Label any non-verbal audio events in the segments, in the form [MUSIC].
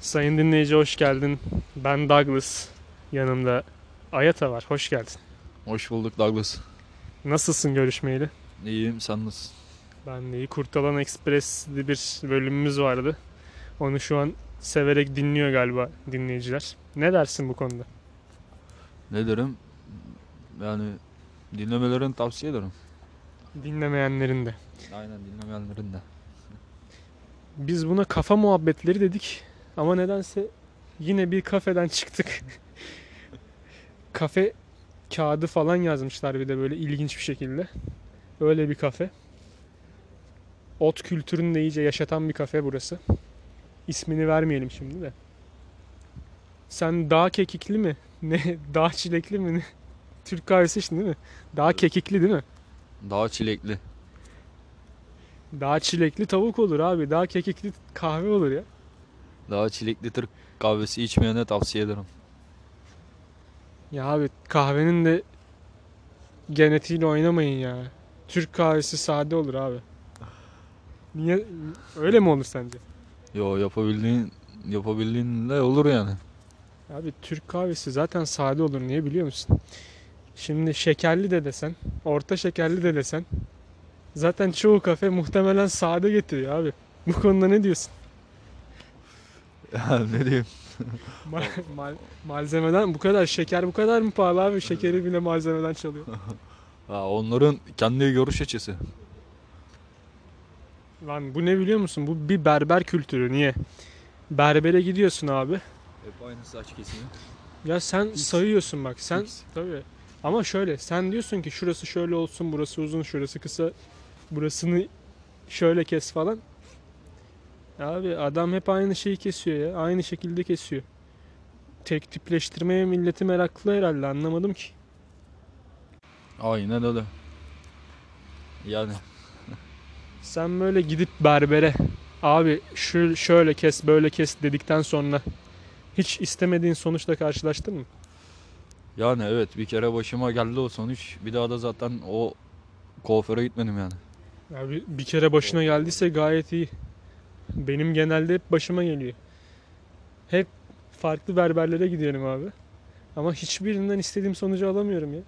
Sayın dinleyici hoş geldin. Ben Douglas. Yanımda Ayata var. Hoş geldin. Hoş bulduk Douglas. Nasılsın görüşmeyeli? İyiyim sen nasılsın? Ben de iyi. Kurtalan Express'li bir bölümümüz vardı. Onu şu an severek dinliyor galiba dinleyiciler. Ne dersin bu konuda? Ne derim? Yani dinlemelerini tavsiye ederim. Dinlemeyenlerin de. Aynen dinlemeyenlerin de. Biz buna kafa muhabbetleri dedik ama nedense yine bir kafeden çıktık. [LAUGHS] kafe kağıdı falan yazmışlar bir de böyle ilginç bir şekilde. Öyle bir kafe. Ot kültürünü de iyice yaşatan bir kafe burası. İsmini vermeyelim şimdi de. Sen dağ kekikli mi? [LAUGHS] Ne? Dağ çilekli mi? [LAUGHS] Ne? Türk kahvesi içtin değil mi? Dağ kekikli değil mi? Daha çilekli. Dağ çilekli tavuk olur abi. Dağ kekikli kahve olur ya. Daha çilekli Türk kahvesi içmeyene tavsiye ederim. Ya abi kahvenin de genetiğiyle oynamayın ya. Türk kahvesi sade olur abi. Niye öyle mi olur sence? Yo yapabildiğin yapabildiğinle olur [LAUGHS] yani. Abi Türk kahvesi zaten sade olur niye biliyor musun? Şimdi şekerli de desen, orta şekerli de desen zaten çoğu kafe muhtemelen sade getiriyor abi. Bu konuda ne diyorsun? Yani ne diyeyim? Ma- mal- malzemeden bu kadar şeker bu kadar mı pahalı abi? Şekeri bile malzemeden çalıyor. Ha, onların kendi görüş açısı. Lan bu ne biliyor musun? Bu bir berber kültürü. Niye? Berbere gidiyorsun abi. Hep aynı saç kesimi. Ya sen Fix. sayıyorsun bak. Sen Fix. tabii. Ama şöyle sen diyorsun ki şurası şöyle olsun, burası uzun, şurası kısa. Burasını şöyle kes falan. Abi adam hep aynı şeyi kesiyor ya. Aynı şekilde kesiyor. Tek tipleştirmeye milleti meraklı herhalde anlamadım ki. Aynen öyle. Yani Sen böyle gidip berbere abi şu şöyle kes böyle kes dedikten sonra hiç istemediğin sonuçla karşılaştın mı? yani evet bir kere başıma geldi o sonuç. Bir daha da zaten o kuaföre gitmedim yani. Abi bir kere başına geldiyse gayet iyi. Benim genelde hep başıma geliyor. Hep farklı berberlere gidiyorum abi. Ama hiçbirinden istediğim sonucu alamıyorum ya.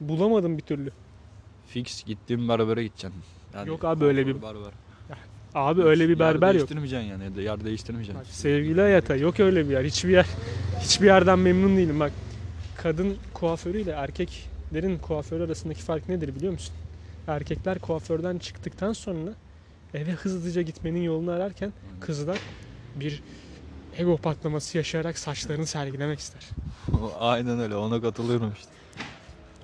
Bulamadım bir türlü. Fix gittiğim berbere gideceksin. Yani Yok abi, öyle bir- kuaför, berber. Abi öyle bir Yer berber yok. değiştirmeyeceksin yani. Yer değiştirmeyeceksin. Bak, sevgili hayata yok öyle bir yer. Hiçbir yer hiçbir yerden memnun değilim bak. Kadın kuaförüyle erkeklerin kuaförü arasındaki fark nedir biliyor musun? Erkekler kuaförden çıktıktan sonra eve hızlıca gitmenin yolunu ararken kızlar bir ego patlaması yaşayarak saçlarını sergilemek ister. [LAUGHS] Aynen öyle ona katılıyorum işte.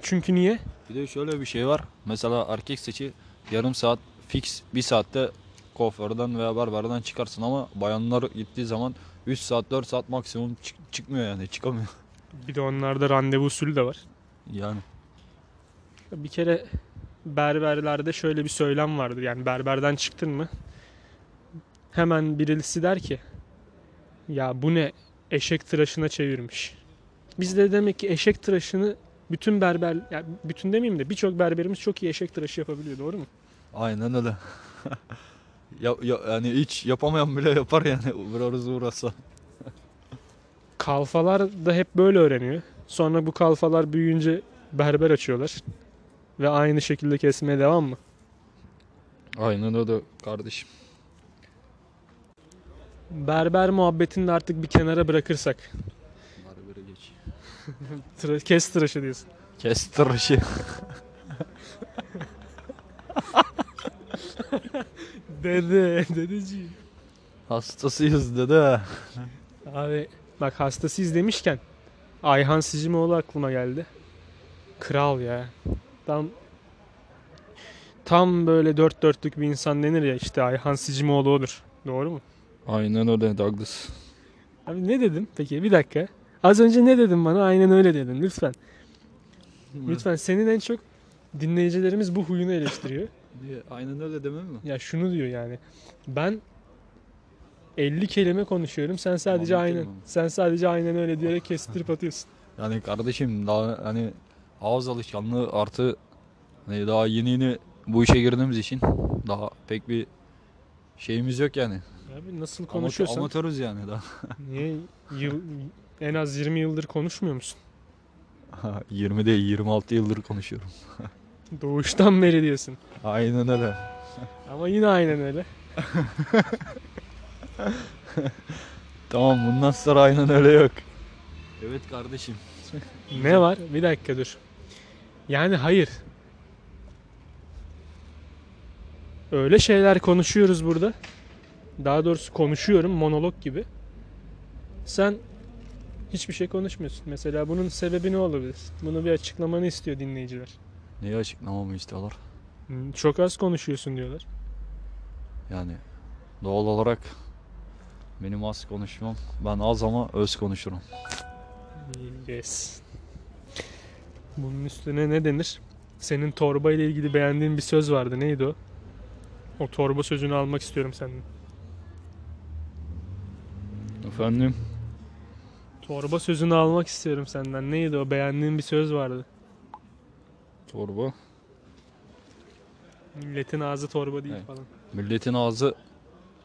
Çünkü niye? Bir de şöyle bir şey var. Mesela erkek seçi yarım saat fix bir saatte kuaförden veya berberden çıkarsın ama bayanlar gittiği zaman 3 saat 4 saat maksimum çık- çıkmıyor yani çıkamıyor. [LAUGHS] Bir de onlarda randevu usulü de var. Yani Bir kere berberlerde şöyle bir söylem vardır. Yani berberden çıktın mı hemen birisi der ki ya bu ne eşek tıraşına çevirmiş. Biz de demek ki eşek tıraşını bütün berber, ya bütün demeyeyim de birçok berberimiz çok iyi eşek tıraşı yapabiliyor doğru mu? aynen öyle. [LAUGHS] ya, ya- yani hiç yapamayan bile yapar yani [LAUGHS] uğrarız uğrasa. Kalfalar da hep böyle öğreniyor. Sonra bu kalfalar büyüyünce berber açıyorlar. Ve aynı şekilde kesmeye devam mı? Aynen öyle kardeşim. Berber muhabbetini de artık bir kenara bırakırsak. Berbere geç. Tıra- kes tıraşı diyorsun. Kes tıraşı. Dede, dedeciğim. Hastasıyız dede. Abi bak hastasıyız demişken Ayhan Sicimoğlu aklıma geldi. Kral ya. Tam tam böyle dört dörtlük bir insan denir ya işte Ayhan Sicimoğlu odur. Doğru mu? Aynen öyle Douglas. Abi ne dedim? Peki bir dakika. Az önce ne dedim bana? Aynen öyle dedin. Lütfen. Lütfen senin en çok dinleyicilerimiz bu huyunu eleştiriyor. Diye, Aynen öyle demem mi? ya şunu diyor yani. Ben 50 kelime konuşuyorum. Sen sadece Anlatayım aynen. mı? Sen sadece aynen öyle diyerek kestirip atıyorsun. Yani kardeşim daha hani ağız alışkanlığı artı hani daha yeni yeni bu işe girdiğimiz için daha pek bir şeyimiz yok yani. Abi nasıl konuşuyorsan Amatörüz yani daha. niye yıl, en az 20 yıldır konuşmuyor musun? [LAUGHS] [LAUGHS] 20 değil 26 yıldır konuşuyorum. Doğuştan beri diyorsun. Aynen öyle. Ama yine aynen öyle. Tamam bundan sonra aynen öyle yok. Evet kardeşim. Ne var? Bir dakika dur. Yani hayır. Öyle şeyler konuşuyoruz burada. Daha doğrusu konuşuyorum monolog gibi. Sen hiçbir şey konuşmuyorsun. Mesela bunun sebebi ne olabilir? Bunu bir açıklamanı istiyor dinleyiciler. Neyi açıklamamı istiyorlar? Hmm, Çok az konuşuyorsun diyorlar. Yani doğal olarak benim az konuşmam. Ben az ama öz konuşurum. Yes. Bunun üstüne ne denir? Senin torba ile ilgili beğendiğin bir söz vardı. Neydi o? O torba sözünü almak istiyorum senden. Efendim? Torba sözünü almak istiyorum senden. Neydi o? Beğendiğin bir söz vardı. Torba. Milletin ağzı torba değil Evet. falan. Milletin ağzı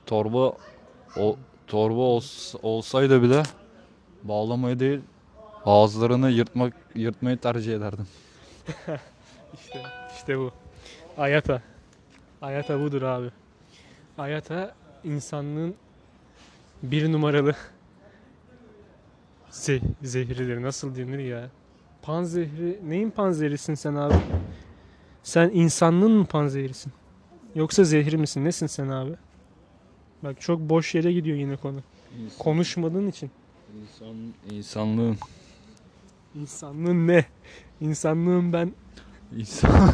torba o torba ols- olsaydı bile bağlamayı değil ağızlarını yırtmak yırtmayı tercih ederdim. İşte, işte bu. Ayata. Ayata budur abi. Ayata insanlığın bir numaralı [LAUGHS] ze zehridir. Nasıl denir ya? Panzehri. Neyin panzehrisin sen abi? Sen insanlığın mı panzehrisin? Yoksa zehri misin? Nesin sen abi? Bak çok boş yere gidiyor yine konu. Konuşmadığın için. İnsan, insanlığın İnsanlığın ne? İnsanlığın ben insan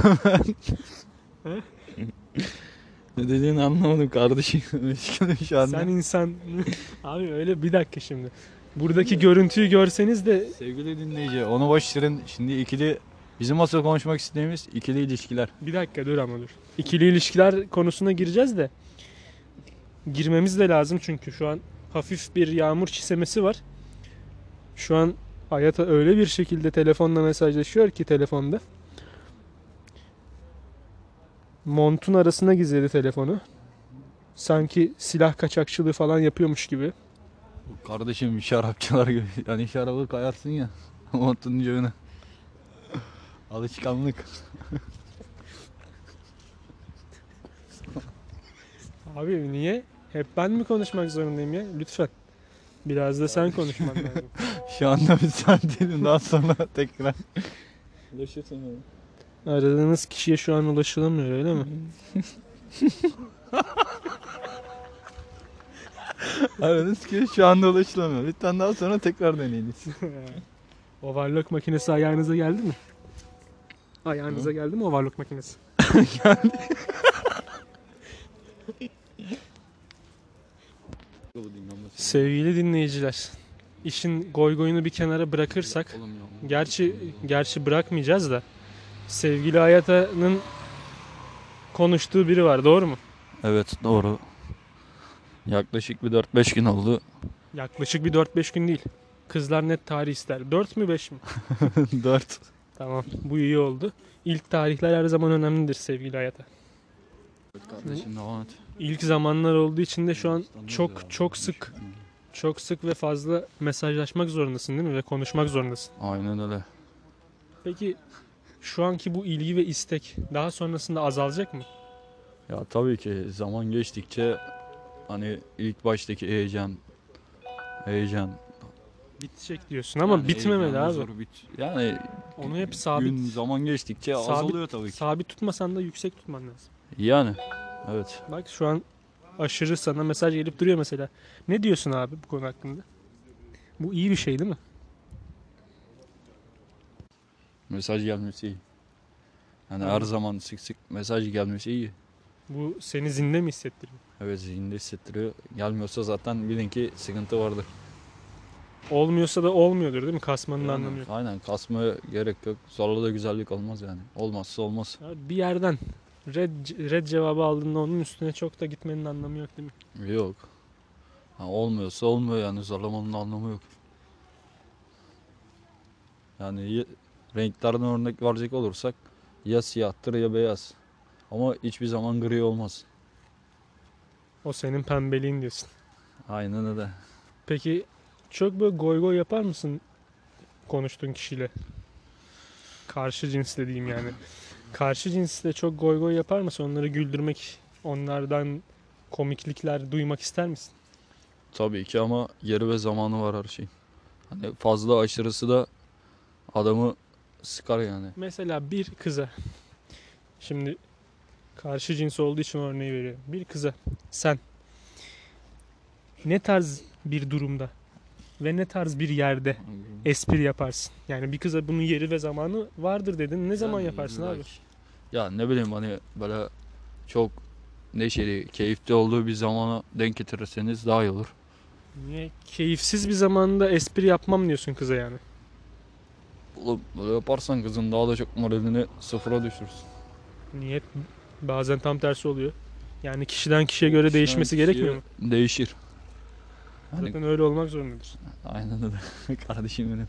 [LAUGHS] ne dediğini anlamadım kardeşim. [LAUGHS] Meşgulüm şu anda. sen insan. [LAUGHS] Abi öyle bir dakika şimdi. Buradaki görüntüyü görseniz de Sevgili dinleyici onu boş verin. Şimdi ikili bizim asıl konuşmak istediğimiz ikili ilişkiler. bir dakika dur ama dur. İkili ilişkiler konusuna gireceğiz de girmemiz de lazım çünkü şu an hafif bir yağmur çisemesi var. Şu an Hayata öyle bir şekilde telefonla mesajlaşıyor ki telefonda. Montun arasına gizledi telefonu. Sanki silah kaçakçılığı falan yapıyormuş gibi. Kardeşim şarapçılar gibi. [LAUGHS] Yani şarabı kayarsın ya. [LAUGHS] Montun cebine. Alışkanlık. Abi niye? Hep ben mi konuşmak zorundayım ya? Lütfen. Biraz da sen konuşman lazım. Şu anda bir santiyedim daha sonra [LAUGHS] tekrar. Ulaşırsın Aradığınız kişiye şu an ulaşılamıyor öyle mi? Aradınız ki şu anda ulaşılamıyor. Lütfen daha sonra tekrar deneyiniz. overlock makinesi ayağınıza geldi mi? Ayağınıza geldi mi overlock [LAUGHS] makinesi? Sevgili dinleyiciler, işin goygoyunu bir kenara bırakırsak, gerçi gerçi bırakmayacağız da sevgili Hayata'nın konuştuğu biri var, doğru mu? Evet doğru. Yaklaşık bir 4-5 gün [LAUGHS] oldu. Yaklaşık bir 4-5 gün değil. Kızlar net tarih ister. 4 mü 5 mi? 4. Tamam bu iyi oldu. İlk tarihler her zaman önemlidir sevgili hayata. Kardeşim devam et. İlk zamanlar olduğu için de şu an çok çok sık çok sık ve fazla mesajlaşmak zorundasın değil mi ve konuşmak zorundasın. Aynen öyle. Peki şu anki bu ilgi ve istek daha sonrasında azalacak mı? Ya tabii ki zaman geçtikçe hani ilk baştaki heyecan heyecan Bitecek diyorsun ama Yani bitmemeli heyecan, abi. huzur, bit- yani Onu hep sabit gün zaman geçtikçe Sabit- azalıyor tabii ki. sabit tutmasan da yüksek tutman lazım. Yani evet. Bak şu an aşırı sana mesaj gelip duruyor mesela. Ne diyorsun abi bu konu hakkında? Bu iyi bir şey değil mi? Mesaj gelmesi iyi. Yani her zaman sık sık mesaj gelmesi iyi. Bu seni zinde mi hissettiriyor? Evet zihinde hissettiriyor. Gelmiyorsa zaten bilin ki sıkıntı vardır. Olmuyorsa da olmuyordur değil mi? Kasmanın Yani, anlamı yok. Aynen kasmaya gerek yok. Zorla da güzellik olmaz yani. Olmazsa olmaz. Abi Bir yerden red, red cevabı aldığında onun üstüne çok da gitmenin anlamı yok değil mi? Yok. Ha, olmuyorsa olmuyor yani zorlamanın anlamı yok. Yani ye- renklerden örnek verecek olursak ya siyahtır ya beyaz. Ama hiçbir zaman gri olmaz. O senin pembeliğin diyorsun. Aynen öyle. Peki çok böyle goy goy yapar mısın konuştuğun kişiyle? Karşı cins dediğim yani. [LAUGHS] Karşı cinsle çok goy goy yapar mısın? Onları güldürmek, onlardan komiklikler duymak ister misin? Tabii ki ama yeri ve zamanı var her şeyin. Hani fazla aşırısı da adamı sıkar yani. Mesela bir kıza. Şimdi karşı cins olduğu için örneği veriyorum. Bir kıza sen ne tarz bir durumda ve ne tarz bir yerde espri yaparsın? Yani bir kıza bunun yeri ve zamanı vardır dedin. Ne zaman Yani yaparsın illa abi? ki. Ya ne bileyim hani böyle çok neşeli, keyifli olduğu bir zamana denk getirirseniz daha iyi olur. Niye? Keyifsiz bir zamanda espri yapmam diyorsun kıza yani. Oğlum böyle e, yaparsan kızın daha da çok moralini sıfıra düşürürsün. Niye? Bazen tam tersi oluyor. Yani kişiden kişiye göre Kişiden değişmesi kişiye gerekmiyor mu? Değişir. Hani- Zaten öyle olmak zorundadır. Aynen öyle. [LAUGHS] Kardeşim benim.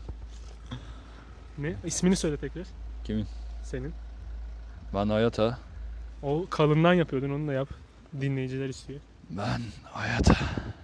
Ne? İsmini söyle tekrar. Kimin? Senin. Ben Hayata. O kalından yapıyordun onu da yap. Dinleyiciler istiyor. Ben Hayata.